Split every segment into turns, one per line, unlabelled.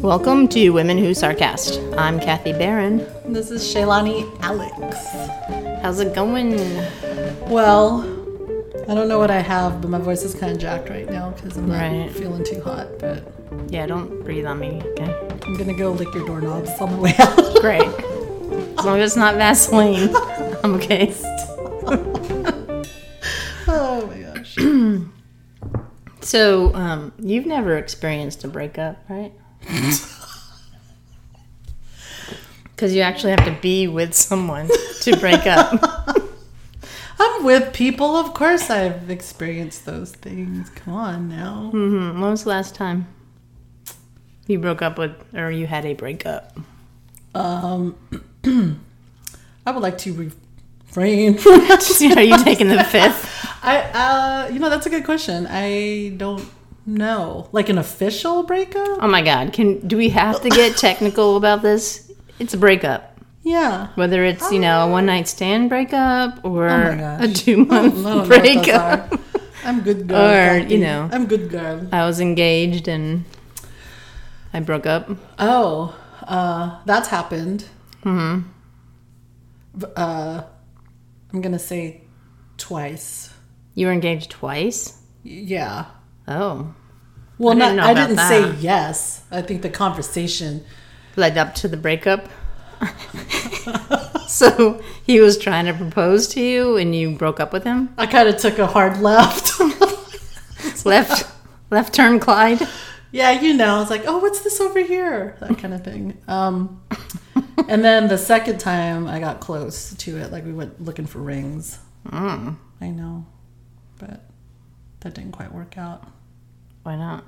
Welcome to Women Who Sarcast. I'm Kathy Barron.
This is Shaylani Alex.
How's it going?
Well, I don't know what I have, but my voice is kind of jacked right now because I'm not
Right.
feeling too hot. But
Yeah, don't breathe on me. Okay.
I'm gonna go lick your doorknobs on the way out.
Great. As long as it's not Vaseline, I'm okay.
oh my gosh.
So, um, you've never experienced a breakup, right? Because you actually have to be with someone to break up.
I'm with people, of course. I've experienced those things. Come on now.
Hmm, when was the last time you broke up with, or you had a breakup?
Um, I would like to refrain from
Are you taking the fifth?
I, uh, you know, that's a good question. I don't know. Like an official breakup?
Oh my God! Can do we have to get technical about this? It's a breakup,
Yeah.
whether it's you know a one night stand breakup or
Oh my gosh.
a two
I don't know
month
what those
breakup.
are. I'm good girl.
Or, you
Kathy.
know.
I'm good girl.
I was engaged and I broke up.
Oh, uh, that's happened. Mm-hmm. Hmm. Uh, I'm gonna say twice.
You were engaged twice.
Y- Yeah.
Oh,
Well,
I
not
didn't know
I
about
didn't
that.
say yes. I think the conversation.
led up to the breakup. so he was trying to propose to you, and you broke up with him.
I kind of took a hard left.
Left, left turn, Clyde.
yeah, you know, it's like, oh, what's this over here? That kind of thing. Um, and then the second time, I got close to it. Like we went looking for rings. I know, but that didn't quite work out.
Why not?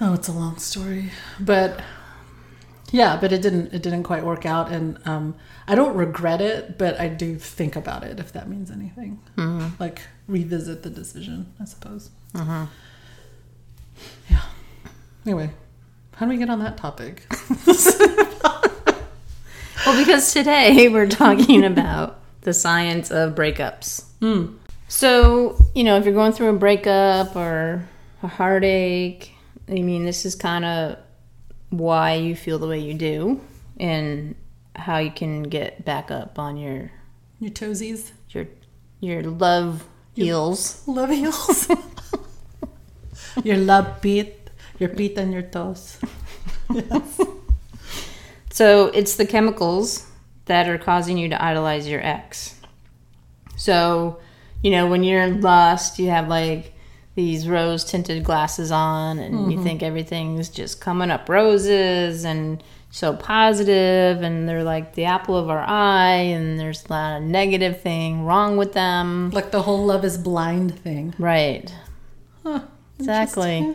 Oh, it's a long story, but yeah, but it didn't it didn't quite work out, and um, I don't regret it, but I do think about it if that means anything. Like revisit the decision, I suppose. Yeah. Anyway, how do we get on that topic?
Well, because today we're talking about the science of breakups. So, you know, if you're going through a breakup or a heartache, I mean, this is kind of why you feel the way you do and how you can get back up on your
Your toesies,
your your love heels.
love heels, your love feet, your feet and your toes.
So, it's the chemicals that are causing you to idolize your ex. So, you know, when you're lost, you have like these rose tinted glasses on and you think everything's just coming up roses and so positive and they're like the apple of our eye and there's a lot of negative thing wrong with them.
Like the whole love is blind thing.
Right. exactly.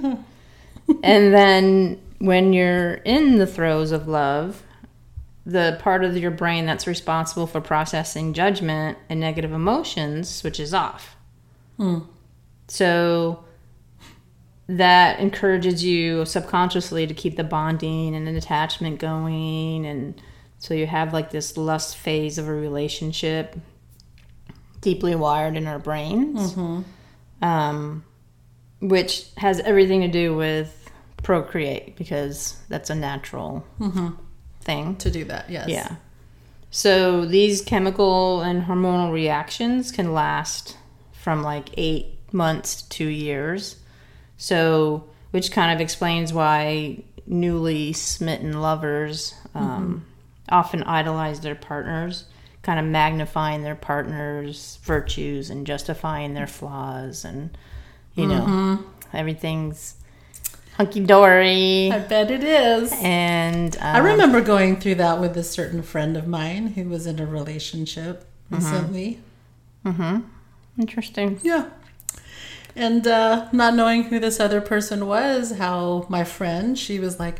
and then when you're in the throes of love, the part of your brain that's responsible for processing judgment and negative emotions switches off. So that encourages you subconsciously to keep the bonding and an attachment going and so you have like this lust phase of a relationship deeply wired in our brains um, which has everything to do with procreate because that's a natural thing
To do that, yes.
yeah. So these chemical and hormonal reactions can last from like eight months to two years. So, which kind of explains why newly smitten lovers
Mm-hmm.
um, often idolize their partners, kind of magnifying their partner's virtues and justifying their flaws, and you know, everything's hunky dory.
Mm-hmm. I bet it is.
And
I
um,
remember going through that with a certain friend of mine who was in a relationship recently.
interesting.
Yeah. And uh, not knowing who this other person was, how my friend, she was like,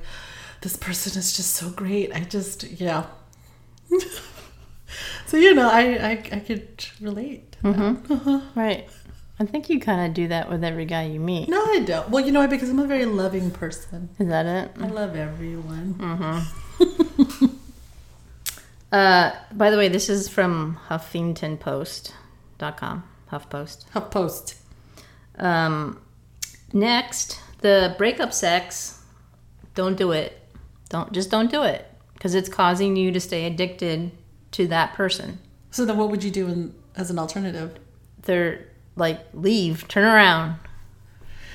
this person is just so great. I just, yeah. so, you know, I, I, I could relate.
Right. I think you kind of do that with every guy you meet.
No, I don't. Well, you know, because I'm a very loving person.
Is that it?
I love everyone.
Uh, by the way, this is from HuffingtonPost.com. HuffPost.
HuffPost.
Um, Next, the breakup sex. Don't do it. Don't just don't do it because it's causing you to stay addicted to that person.
So then, what would you do in, as an alternative?
They're like leave, turn around,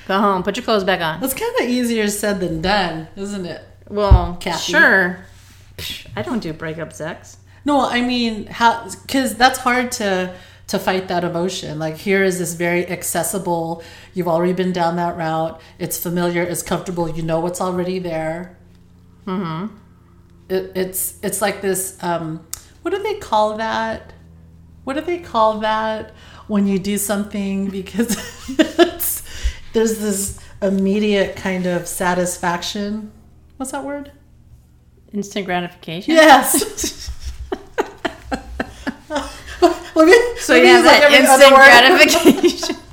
go home, put your clothes back on.
That's kind of easier said than done, isn't it?
Well,
Kathy.
sure. Psh, I don't do breakup sex.
No, I mean how because that's hard to to fight that emotion. Like here is this very accessible. You've already been down that route. It's familiar. It's comfortable. You know what's already there. Mm-hmm. It, it's it's like this. Um, what do they call that? What do they call that when you do something because it's, there's this immediate kind of satisfaction? What's that word?
Instant gratification.
Yes. let me.
So
let
you
me
have
use, like,
that
every other
instant
word.
gratification.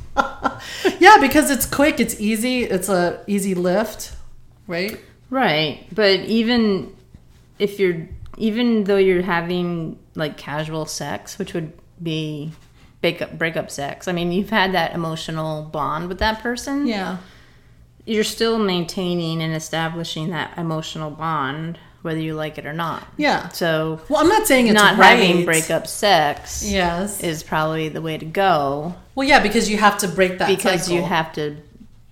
Yeah, because it's quick, it's easy, it's a easy lift, right?
Mm-hmm. Right. But even if you're even though you're having like casual sex, which would be breakup breakup sex, I mean you've had that emotional bond with that person.
Yeah.
You're still maintaining and establishing that emotional bond, whether you like it or not.
Yeah.
So
Well, I'm not saying it's
not
right.
having breakup sex
Yes.
is probably the way to go
well, yeah, because you have to break that
because
cycle.
you have to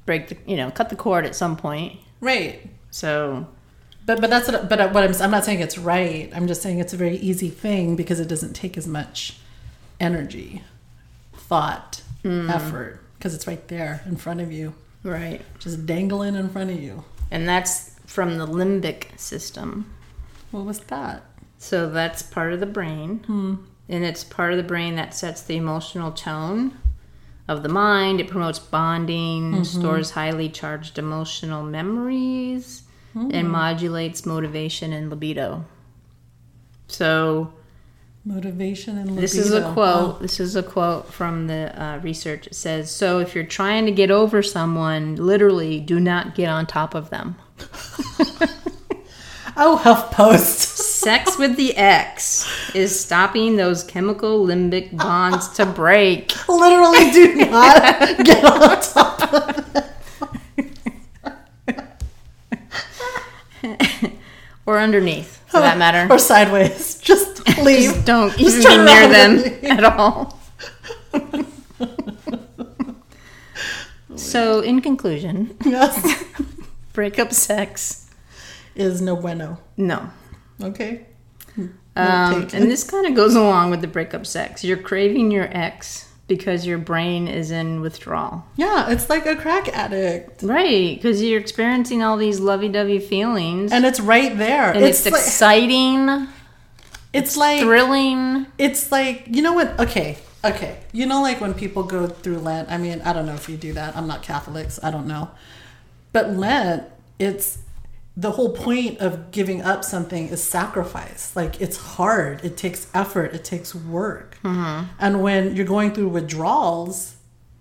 break the you know, cut the cord at some point.
right.
So
But but that's what, but what I'm I'm not saying it's right. I'm just saying it's a very easy thing because it doesn't take as much energy, thought,
Mm.
effort because it's right there in front of you,
Right.
just dangling in front of you.
And that's from the limbic system.
What was that?
So that's part of the brain. And it's part of the brain that sets the emotional tone of the mind. It promotes bonding, stores highly charged emotional memories, and modulates motivation and libido. So
Motivation and libido. Oh.
this is a quote. This is a quote from the uh, research. It says, "So if you're trying to get over someone, literally do not get on top of them.
Oh, HuffPost.
Sex with the ex is stopping those chemical limbic bonds to break.
literally do not get on top of
Or underneath, for that matter.
or sideways. Just leave.
Just don't
Just
even be
turn
near
around
them
and leave.
at all. so, in conclusion,
Yes.
breakup sex,
Is no bueno.
no.
Okay.
Um,
taken.
and this kind of goes along with the breakup sex. You're craving your ex because your brain is in withdrawal.
Yeah, it's like a crack addict.
Right, because you're experiencing all these lovey dovey feelings.
And it's right there.
and it's,
like,
exciting,
it's like
thrilling.
it's like you know what? Okay, okay. You know, like when people go through Lent. I mean, I don't know if you do that. I'm not Catholics. I don't know. But Lent, it's the whole point of giving up something is sacrifice. Like it's hard. It takes effort. It takes work. And when you're going through withdrawals,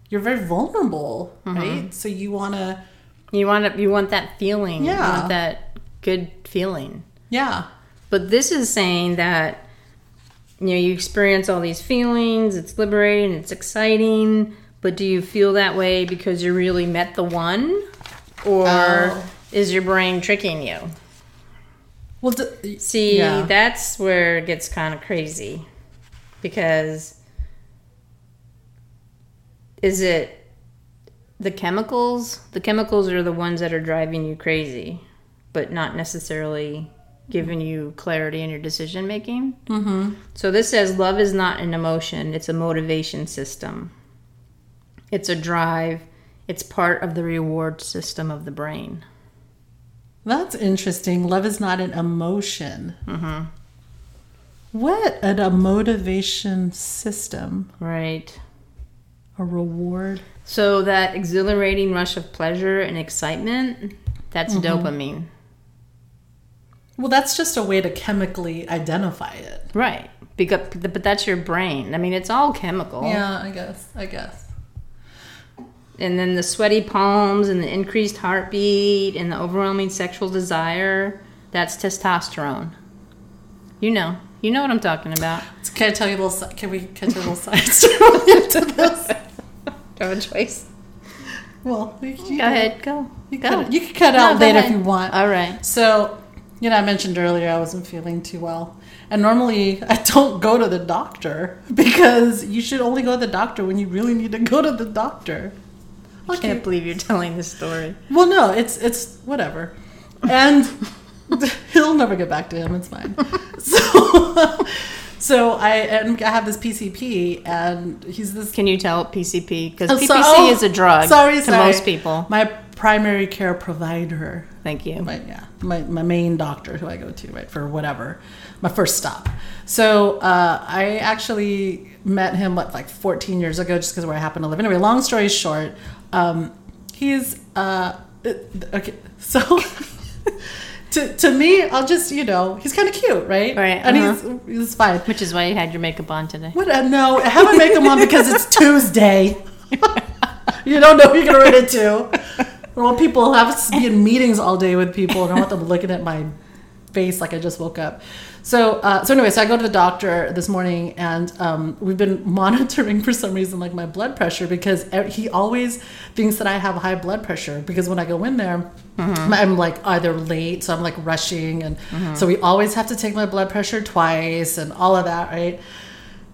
you're very vulnerable, right? So you want to,
You want to, you want that feeling. You
Yeah.
want that good feeling.
yeah,
But this is saying that you know you experience all these feelings. It's liberating. It's exciting. But do you feel that way because you really met the one, or
Oh.
is your brain tricking you?
well, d-
See,
Yeah.
that's where it gets kind of crazy because is it the chemicals? The chemicals are the ones that are driving you crazy, but not necessarily giving you clarity in your decision making. Mm-hmm. So this says love is not an emotion, it's a motivation system, it's a drive, it's part of the reward system of the brain.
That's interesting. Love is not an emotion. What an a motivation system,
Right.
a reward.
So that exhilarating rush of pleasure and excitement, that's
Mm-hmm.
dopamine.
Well, that's just a way to chemically identify it.
Right. Because but that's your brain. I mean, it's all chemical.
Yeah, I guess. I guess.
And then the sweaty palms and the increased heartbeat and the overwhelming sexual desire, that's testosterone. You know. You know what I'm talking about.
So can I tell you a little? si- Can we can I tell you a little side story into this?
No choice.
Well, you, you,
Go ahead, go.
You,
go.
Could, you could cut
No,
out
go
later if
ahead.
you want.
All right.
So, you know, I mentioned earlier I wasn't feeling too well. And normally I don't go to the doctor because you should only go to the doctor when you really need to go to the doctor.
I can't believe you're telling this story.
Well, no, it's it's whatever, and he'll never get back to him. It's fine. So, so I and I have this PCP, and he's this
Can you tell PCP? Because
Oh,
PPC
so- oh,
is a drug
sorry,
to
sorry.
most people.
my primary care provider.
Thank you.
My yeah, my my main doctor who I go to right for whatever, my first stop. So uh, I actually met him what like 14 years ago, just because where I happen to live. Anyway, long story short, um, he's uh, it- okay. So. To, to me, I'll just you know he's kind of cute, right?
Right,
and
uh-huh.
he's he's fine.
Which is why you had your makeup on today.
What? Uh, no, I haven't make them on because it's Tuesday. you don't know who you're gonna run into. Well, people have to be in meetings all day with people, and I want them looking at my face like I just woke up. So, uh, so anyway, so I go to the doctor this morning, and um, we've been monitoring for some reason like my blood pressure because e- he always thinks that I have high blood pressure because when I go in there, I'm like either late, so I'm like rushing, and so we always have to take my blood pressure twice and all of that, right?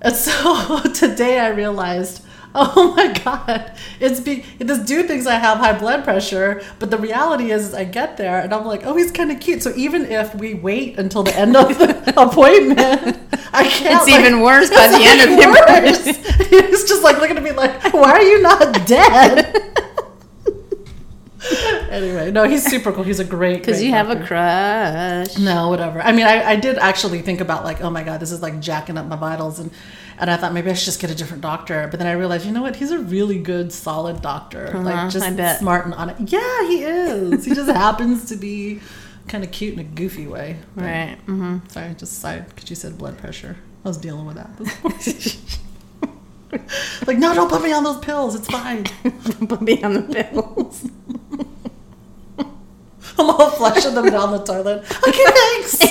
And so today I realized, oh my god, it's be this dude thinks I have high blood pressure, but the reality is I get there and I'm like, oh, he's kind of cute. So even if we wait until the end of the appointment, I can't.
It's
like-
even worse by the end of the
It's like worse. He was just like looking at me like, why are you not dead? anyway, no, he's super cool. He's a great
Because
great
you have a
doctor.
crush.
No, whatever. I mean, I, I did actually think about like, oh my god, this is like jacking up my vitals, and and I thought maybe I should just get a different doctor. But then I realized, you know what? He's a really good, solid doctor.
Uh-huh,
like just
I bet.
smart and honest. Yeah, he is. he just happens to be kind of cute in a goofy way. But-
Right. Mm-hmm.
Sorry, I just sighed because you said blood pressure. I was dealing with that. like, no, don't put me on those pills. It's fine.
Put me on the pills.
I'm all flushing them down the toilet. Okay, thanks.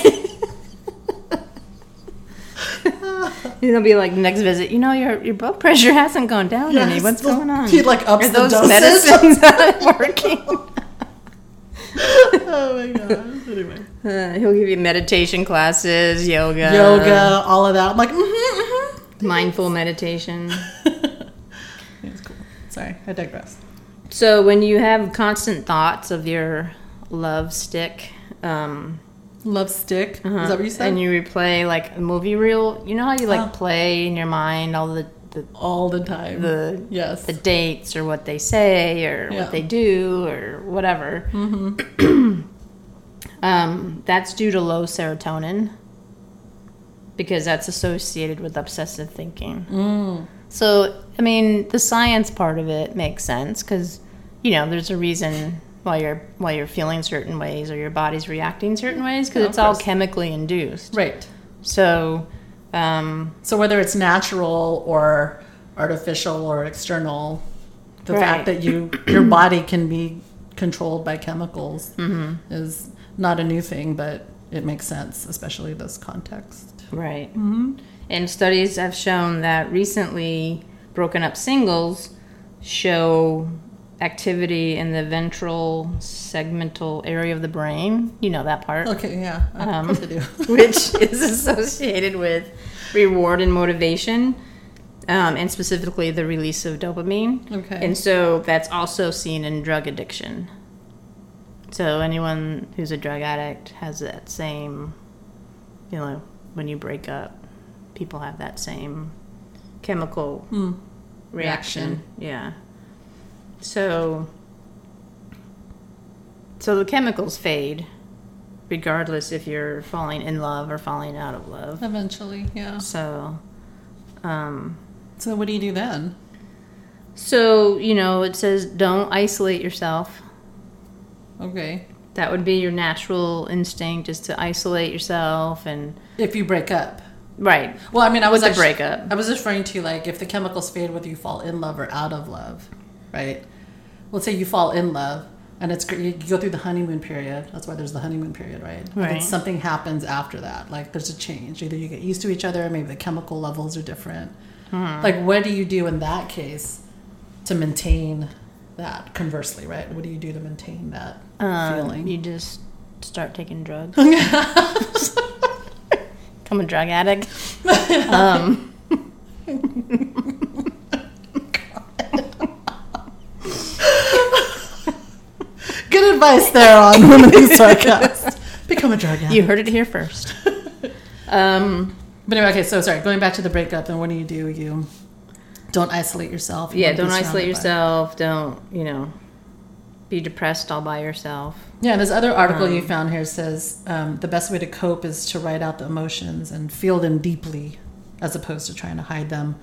It'll be like next visit. You know your your blood pressure hasn't gone down any.
Yes,
What's
well,
going on?
He like ups
Are
the
those
dosage.
medicines not working?
oh my god. Anyway,
Uh, he'll give you meditation classes,
Uh,
yoga,
yoga, all of that. I'm like, mm-hmm,
mindful meditation.
mm-hmm. it's cool. Sorry, I digress.
So when you have constant thoughts of your love stick, um,
Love stick.
uh-huh,
Is that what you said?
and you replay like a movie reel, you know how you like
Oh.
play in your mind all the the,
all the time.
the
yes.
the dates or what they say or
Yeah.
what they do or whatever. Mm-hmm. um, that's due to low serotonin because that's associated with obsessive thinking.
Mm.
So, I mean, the science part of it makes sense because, you know, there's a reason why you're why you're feeling certain ways or your body's reacting certain ways because
Yeah, of
it's all
course.
chemically induced.
right.
So, um,
So whether it's natural or artificial or external, the fact
Right.
that you your body can be controlled by chemicals
Mm-hmm.
is not a new thing, but it makes sense, especially this context.
Right. Mm-hmm. And studies have shown that recently broken up singles show activity in the ventral segmental area of the brain, you know that part,
Okay, yeah,
Um,
of course I do.
which is associated with reward and motivation, um, and specifically the release of dopamine.
Okay.
And so that's also seen in drug addiction. So anyone who's a drug addict has that same, you know, when you break up, people have that same chemical reaction.
Hmm. Reaction.
Yeah. So so the chemicals fade regardless if you're falling in love or falling out of love.
Eventually, yeah.
So um
So what do you do then?
So, you know, it says don't isolate yourself.
Okay.
That would be your natural instinct is to isolate yourself and
If you break up.
right.
Well, I mean, I was
With the
actu-
breakup.
I was referring to like if the chemicals fade, whether you fall in love or out of love, right? Let's say you fall in love, and it's gr- you you go through the honeymoon period. That's why there's the honeymoon period, right? And then
Right.
something happens after that. Like there's a change. Either you get used to each other, or maybe the chemical
Hmm.
levels are different. Like what do you do in that case to maintain that conversely, right? What do you do to maintain that
Um,
feeling?
You just start taking drugs. Become a drug addict. um,
Good advice there on women who sarcast. Become a drug addict.
you heard it here first. Um,
But anyway, okay, so sorry, going back to the breakup and what do you do? You don't isolate yourself. You
yeah,
wanna be
don't
surrounded
isolate
by-
yourself. Don't, you know, be depressed all by yourself.
Yeah, this other article
Um,
you found here says um, the best way to cope is to write out the emotions and feel them deeply as opposed to trying to hide them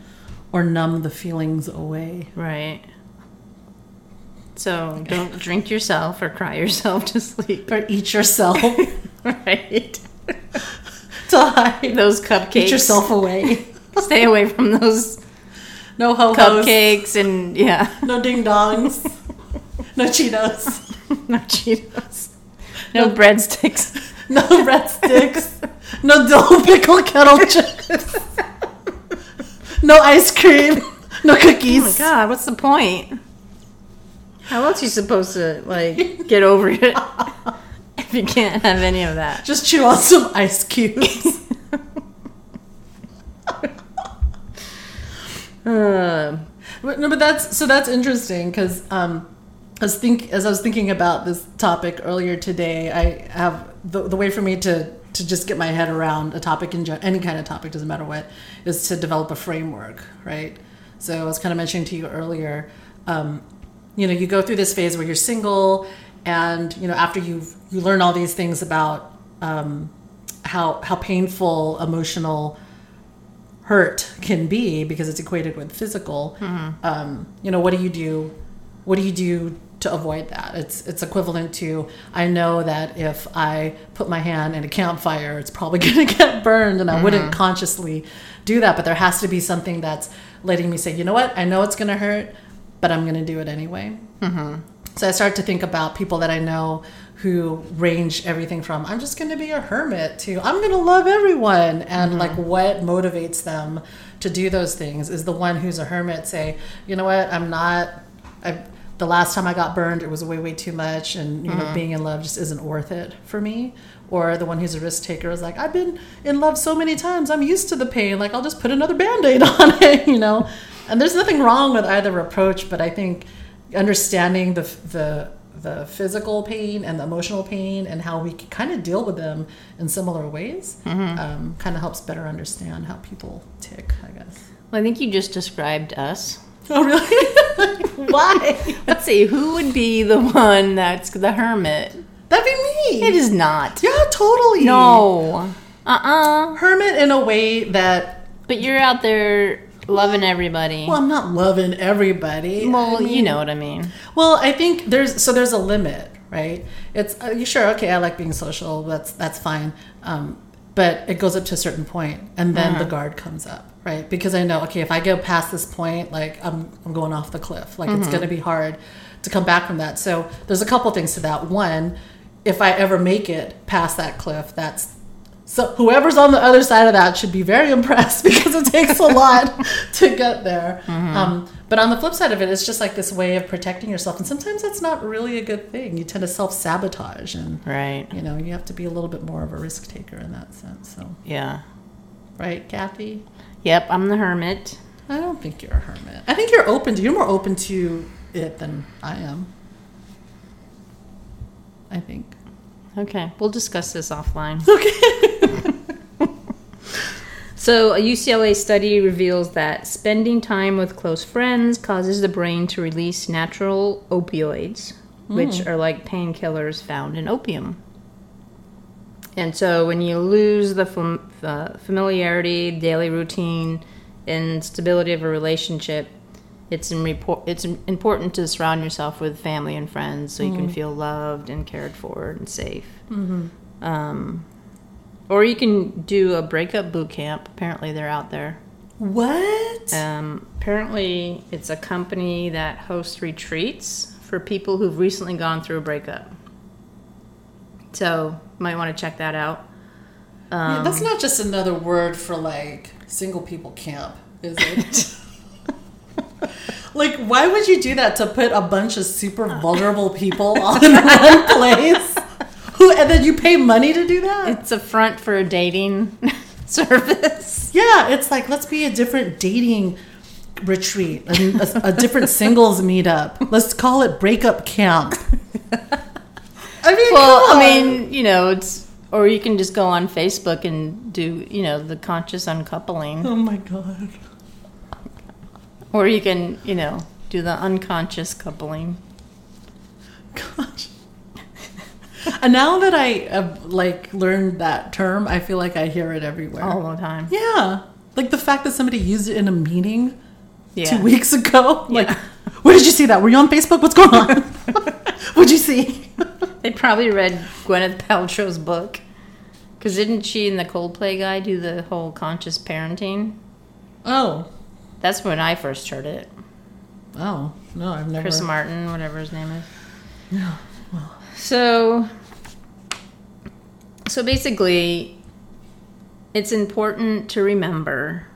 or numb the feelings away.
Right. So don't drink yourself or cry yourself to sleep.
Or eat yourself to
Right.
hide.
Those cupcakes.
Eat yourself away.
Stay away from those
No ho hos.
cupcakes and yeah,
No ding dongs. no Cheetos.
no Cheetos, no breadsticks.
No breadsticks. no dill pickle kettle chips. no ice cream. No cookies.
Oh my god, what's the point? How else you supposed to like get over it if you can't have any of that?
Just chew on some ice cubes.
Uh,
Um, But- no, but that's so that's interesting because um, as think as I was thinking about this topic earlier today, I have the, the way for me to to just get my head around a topic in gen- any kind of topic doesn't matter what is to develop a framework, right? So I was kind of mentioning to you earlier, um, you know, you go through this phase where you're single, and you know after you you learn all these things about um, how how painful emotional hurt can be because it's equated with physical um, you know what do you do what do you do to avoid that it's it's equivalent to i know that if i put my hand in a campfire it's probably going to get burned and i wouldn't consciously do that but there has to be something that's letting me say you know what i know it's going to hurt but i'm going to do it anyway so I start to think about people that I know who range everything from I'm just going to be a hermit to I'm going to love everyone and like what motivates them to do those things is the one who's a hermit say, you know what, I'm not I the last time I got burned it was way way too much and you know being in love just isn't worth it for me or the one who's a risk taker is like I've been in love so many times I'm used to the pain like I'll just put another band-aid on it, you know. And there's nothing wrong with either approach, but I think understanding the the the physical pain and the emotional pain and how we can kind of deal with them in similar ways
Mm-hmm.
um, kind of helps better understand how people tick i guess
well, I think you just described us.
oh really why
Let's see, who would be the one that's the hermit?
that'd be me
It is not.
yeah totally
No. Uh-uh.
hermit in a way that
But you're out there loving everybody.
well i'm not loving everybody
Well, you know what I mean.
Well, I think there's so there's a limit, right? It's uh, you sure okay. I like being social. That's that's fine. Um, but it goes up to a certain point, and then the guard comes up, right? Because I know okay, if I go past this point, like I'm I'm going off the cliff. Like it's gonna be hard to come back from that. So there's a couple things to that. One, if I ever make it past that cliff, that's so whoever's on the other side of that should be very impressed because it takes a lot to get there. Um, but on the flip side of it, it's just like this way of protecting yourself, and sometimes that's not really a good thing. You tend to self sabotage, and
Right.
you know you have to be a little bit more of a risk taker in that sense. So,
Yeah.
right, Kathy?
Yep, I'm the hermit.
I don't think you're a hermit. I think you're open to you're more open to it than I am. I think.
Okay, we'll discuss this offline.
Okay.
So, a UCLA study reveals that spending time with close friends causes the brain to release natural opioids, which are like painkillers found in opium. And so, when you lose the fam- uh, familiarity, daily routine, and stability of a relationship, it's, in report- it's im- important to surround yourself with family and friends so you can feel loved and cared for and safe. Um, or you can do a breakup boot camp. Apparently, they're out there.
What?
Um, apparently, it's a company that hosts retreats for people who've recently gone through a breakup. So, might want to check that out. Um,
Yeah, that's not just another word for like single people camp, is it? Like, why would you do that to put a bunch of super
Uh.
vulnerable people all in one place? Who and then you pay money to do that?
It's a front for a dating service.
Yeah, it's like let's be a different dating retreat, a, a, a different singles meetup. Let's call it breakup camp. I mean,
Well, um,
come
I
on.
mean, you know, it's or you can just go on Facebook and do, you know, the conscious uncoupling,
oh my god.
or you can, you know, do the unconscious coupling.
Gosh. and now that I have, like learned that term, I feel like I hear it everywhere.
all the time.
Yeah. Like the fact that somebody used it in a meeting
Yeah.
two weeks ago. Like,
Yeah.
where did you see that? Were you on Facebook? What's going on? What'd you see?
They probably read Gwyneth Paltrow's book. Because didn't she and the Coldplay guy do the whole conscious parenting?
Oh.
That's when I first heard it.
Oh. No, I've never.
Chris Martin, whatever his name is. So, so basically, it's important to remember.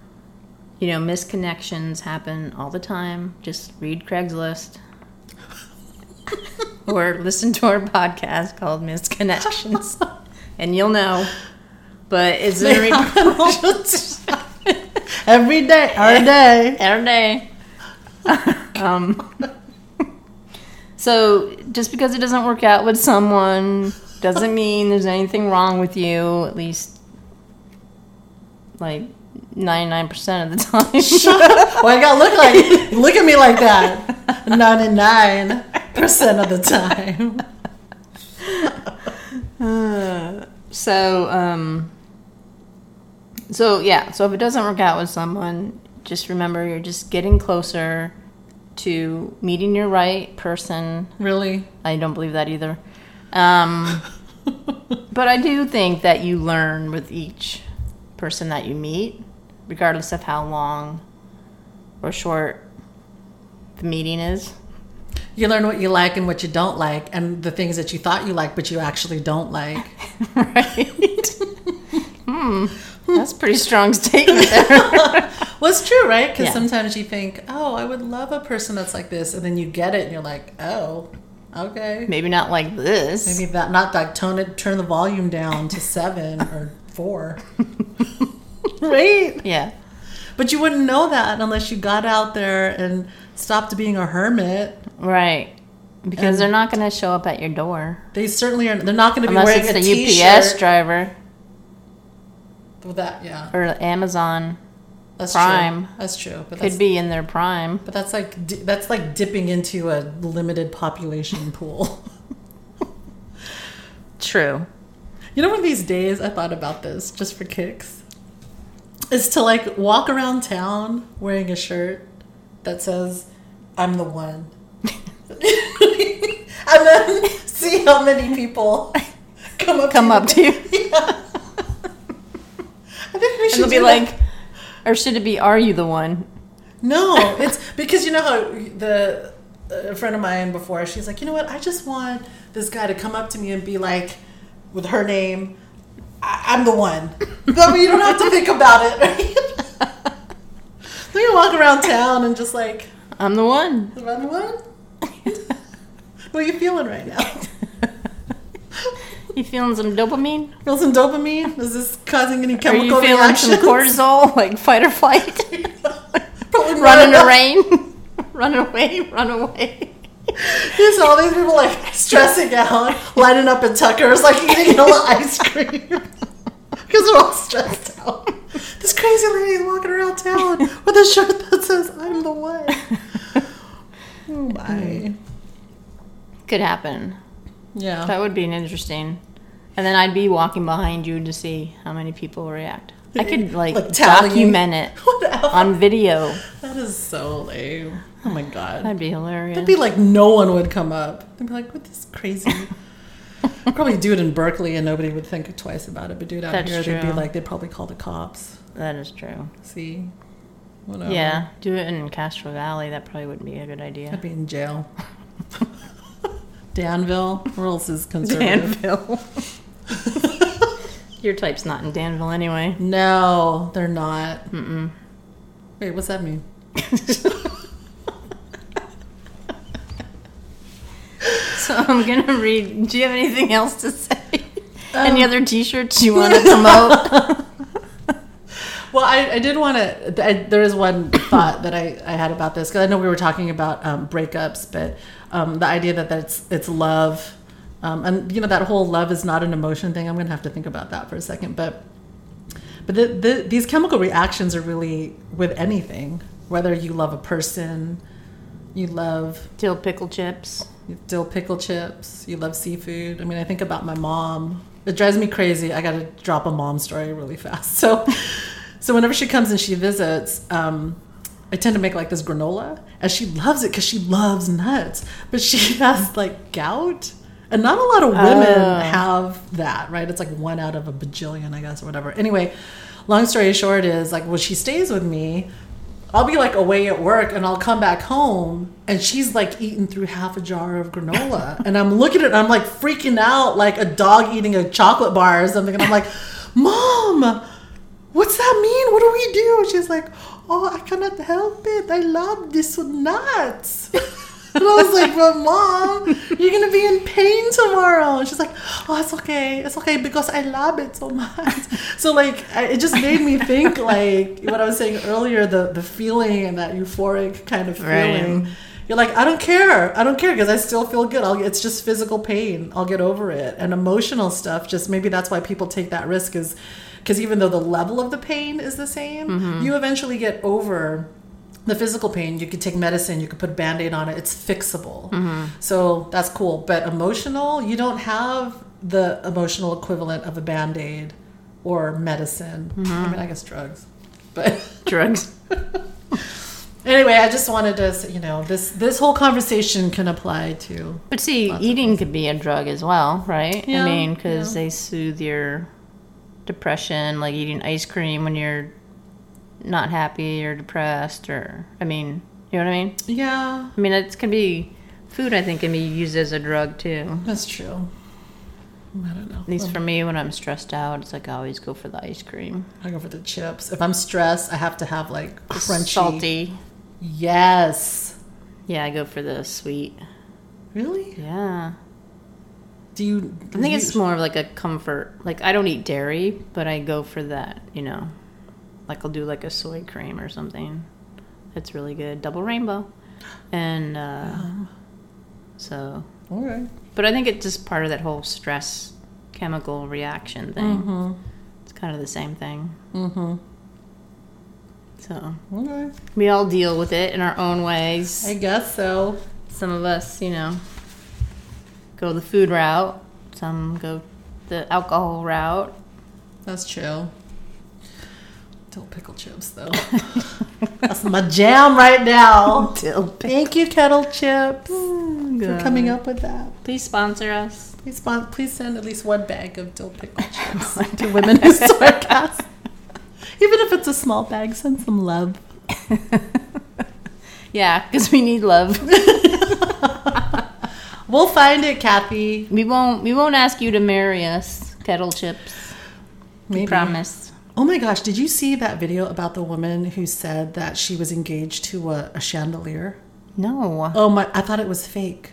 You know, misconnections happen all the time. Just read Craigslist. or listen to our podcast called Misconnections, and you'll know. But it's a re-
Every day. Our day.
every day. um, so just because it doesn't work out with someone doesn't mean there's anything wrong with you. At least, like ninety nine percent of the time.
Why you gotta look like, look at me like that? 99% of the time.
so, um, so yeah. So if it doesn't work out with someone, just remember you're just getting closer to meeting your right person.
Really?
I don't believe that either. Um, but I do think that you learn with each person that you meet, regardless of how long or short the meeting is.
You learn what you like and what you don't like, and the things that you thought you liked, but you actually don't like.
Right? hmm. That's a pretty strong statement there.
Well, it's true, right? Because
Yeah.
sometimes you think, oh, I would love a person that's like this. And then you get it and you're like, oh, okay.
Maybe not like this.
Maybe that, not like tone it, turn the volume down to seven or four. right?
Yeah.
But you wouldn't know that unless you got out there and stopped being a hermit.
Right. Because they're not going to show up at your door
They certainly are, they're not going to be
unless
wearing
it's
a
the
t-shirt.
UPS driver
Well, that, yeah.
or Amazon.
That's
Prime.
true. That's true. But that's,
Could be in their prime.
but that's like, di- that's like dipping into a limited population pool.
True.
You know, one of these days I thought about this just for kicks. Is to like walk around town wearing a shirt that says, I'm the one. and then see how many people come up
Come
to
up to you.
I think we
And they'll
should
be
do that.
like, or should it be, are you the one?
No, it's because you know how the a friend of mine before she's like, you know what? I just want this guy to come up to me and be like, with her name, I- I'm the one. That way you don't have to think about it. Right? so you walk around town and just like,
I'm the one.
I'm the one. What are you feeling right now?
You feeling some dopamine?
Feel some dopamine? Is this causing any
Are
chemical
you feeling
reaction?
some cortisol, like fight or flight?
Probably
run in the
not.
rain? run away, run away.
You saw all these people like stressing out, lining up in tuckers, like eating vanilla ice cream because they're all stressed out. This crazy lady is walking around town with a shirt that says "I'm the one." Oh my!
Could happen.
Yeah,
That would be an interesting. And then I'd be walking behind you to see how many people react. I could like,
Like tallying.
document it
Whatever.
on video.
that is so lame. Oh my god!
That'd be hilarious.
It'd be like no one would come up. They'd be like, "What this crazy?" I'd probably do it in Berkeley, and nobody would think twice about it. But do it out
That's
here, they'd be
true.
like, they'd probably call the cops.
that is true.
See, whatever.
Yeah, do it in Castro Valley. That probably wouldn't be a good idea.
I'd be in jail. Danville. Where else is conservative?
Danville. Your type's not in Danville anyway.
No, they're not. Mm-mm. Wait, what's that mean?
So I'm gonna read. Do you have anything else to say? Any other T-shirts you want to promote?
Well, I, I did want to. There is one thought that I, I had about this because I know we were talking about um, breakups, but um, the idea that that's it's love, um, and you know that whole love is not an emotion thing. I'm gonna have to think about that for a second, but but the, the, these chemical reactions are really with anything, whether you love a person, you love
Dill pickle chips.
dill pickle chips, you love seafood. I mean, I think about my mom. It drives me crazy. I got to drop a mom story really fast. So, so whenever she comes and she visits, um, I tend to make like this granola, and she loves it because she loves nuts. But she has like gout, and not a lot of women
Oh.
have that, right? It's like one out of a bajillion, I guess, or whatever. Anyway, long story short is like, well, she stays with me. I'll be like away at work and I'll come back home and she's like eating through half a jar of granola. and I'm looking at it and I'm like freaking out like a dog eating a chocolate bar or something. And I'm like, Mom, what's that mean? What do we do? She's like, Oh, I cannot help it. I love this with nuts. and I was like, But mom, you're gonna be in pain tomorrow. And she's like, Oh, it's okay. It's okay because I love it so much. so like I, it just made me think like what I was saying earlier, the the feeling and that euphoric kind of
Right.
feeling. You're like, I don't care. I don't care because I still feel good. I'll, it's just physical pain. I'll get over it. And emotional stuff, just maybe that's why people take that risk is because even though the level of the pain is the same, you eventually get over the physical pain. You could take medicine, you could put a band aid on it. It's fixable. So that's cool. But emotional, you don't have the emotional equivalent of a band aid or medicine. I mean, I guess drugs. But.
Drugs.
Anyway, I just wanted to, s- you know, this this whole conversation can apply to.
But see, eating could be a drug as well, right?
Yeah,
I mean, because
yeah.
they soothe your depression, like eating ice cream when you're not happy or depressed, or I mean, you know what I mean?
Yeah,
I mean, it can be food. I think can be used as a drug too.
that's true. I don't know.
At least for me, when I'm stressed out, it's like I always go for the ice cream.
I go for the chips. If I'm stressed, I have to have like crunchy.
Salty.
Yes.
Yeah, I go for the sweet.
Really?
Yeah.
Do you?
I think it's more of like a comfort. Like I don't eat dairy, but I go for that, you know. Like I'll do like a soy cream or something. That's really good. Double rainbow. And uh so
All right.
but I think it's just part of that whole stress chemical reaction thing. It's kind of the same thing. Mm-hmm. So
Okay.
we all deal with it in our own ways.
I guess so.
Some of us, you know, go the food route. Some go the alcohol route.
That's true. Don't pickle chips though. that's my jam right now. Thank you, kettle chips, for coming up with that.
Please sponsor us.
Please, spon- please send at least one bag of dill pickle chips to women who sarcasm. Even if it's a small bag, send some love.
Yeah, because we need love.
We'll find it, Kathy.
we won't. We won't ask you to marry us. Kettle chips.
Maybe.
Promise.
Oh my gosh, did you see that video about the woman who said that she was engaged to a, a chandelier?
No.
Oh my, I thought it was fake.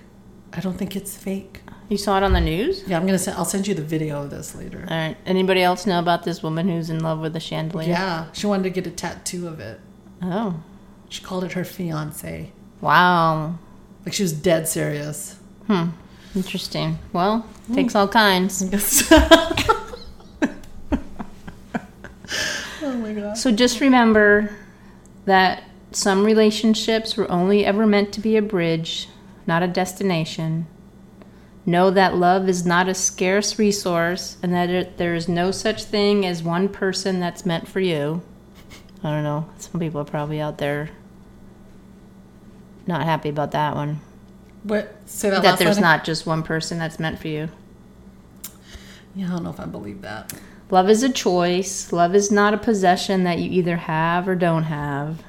I don't think it's fake.
You saw it on the news.
Yeah, I'm gonna send, I'll send you the video of this later.
All right. Anybody else know about this woman who's in love with a chandelier?
Yeah, she wanted to get a tattoo of it.
Oh.
She called it her fiance.
Wow.
Like she was dead serious.
Hmm. Interesting. Well, takes all kinds.
Oh my gosh.
So just remember that some relationships were only ever meant to be a bridge, not a destination. Know that love is not a scarce resource and that it, there is no such thing as one person that's meant for you. I don't know. Some people are probably out there not happy about that one.
What? Say that,
That
last
there's
line.
not just one person that's meant for you.
Yeah, I don't know if I believe that.
Love is a choice. Love is not a possession that you either have or don't have.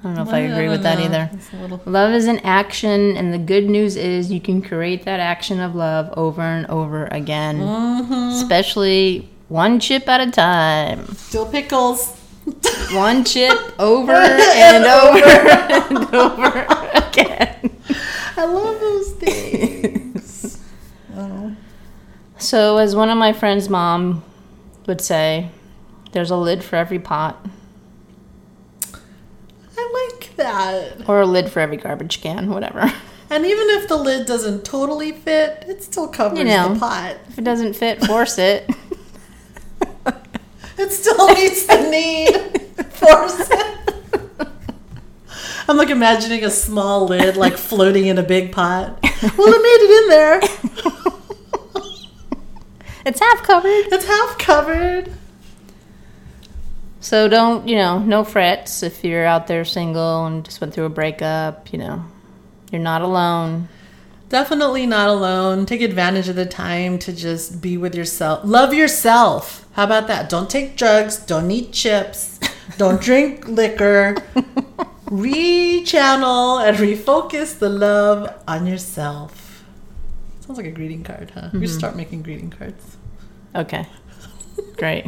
I don't know if I agree with that either.
It's a little.
Love is an action, and the good news is you can create that action of love over and over again, Mm-hmm. especially one chip at a time.
Dill pickles.
One chip over and over and over again.
I love
So, as one of my friend's mom would say, there's a lid for every pot,
I like that.
or a lid for every garbage can, whatever.
And even if the lid doesn't totally fit, it still covers
You know.
the pot.
If it doesn't fit, force it.
It still meets the need. Force it. I'm like imagining a small lid like floating in a big pot. Well, it made it in there.
It's half covered.
It's half covered.
So don't, you know, no frets if you're out there single and just went through a breakup, you know. You're not alone.
Definitely not alone. Take advantage of the time to just be with yourself. Love yourself. How about that? Don't take drugs. Don't eat chips. Don't drink liquor. Rechannel and refocus the love on yourself. Sounds like a greeting card, huh?
Mm-hmm.
We should start making greeting cards.
Okay. Great.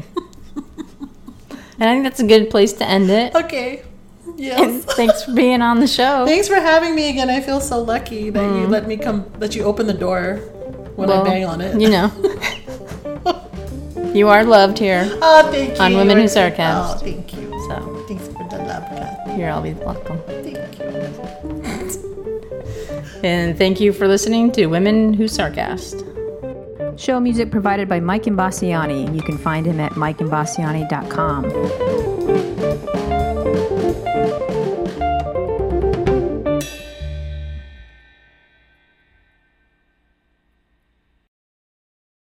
and I think that's a good place to end it.
Okay.
And
Yes.
Thanks for being on the show.
Thanks for having me again. I feel so lucky that you let me come, that you open the door when
Mm. Well,
I bang on it.
You know. you are loved here.
Oh, thank you.
On Women Who
Oh,
Sarcast.
thank you.
So
Thanks for the love, God.
you're always welcome.
Thank you.
And thank you for listening to Women Who Sarcast.
Show music provided by Mike Imbassiani. You can find him at mikeimbassiani.com.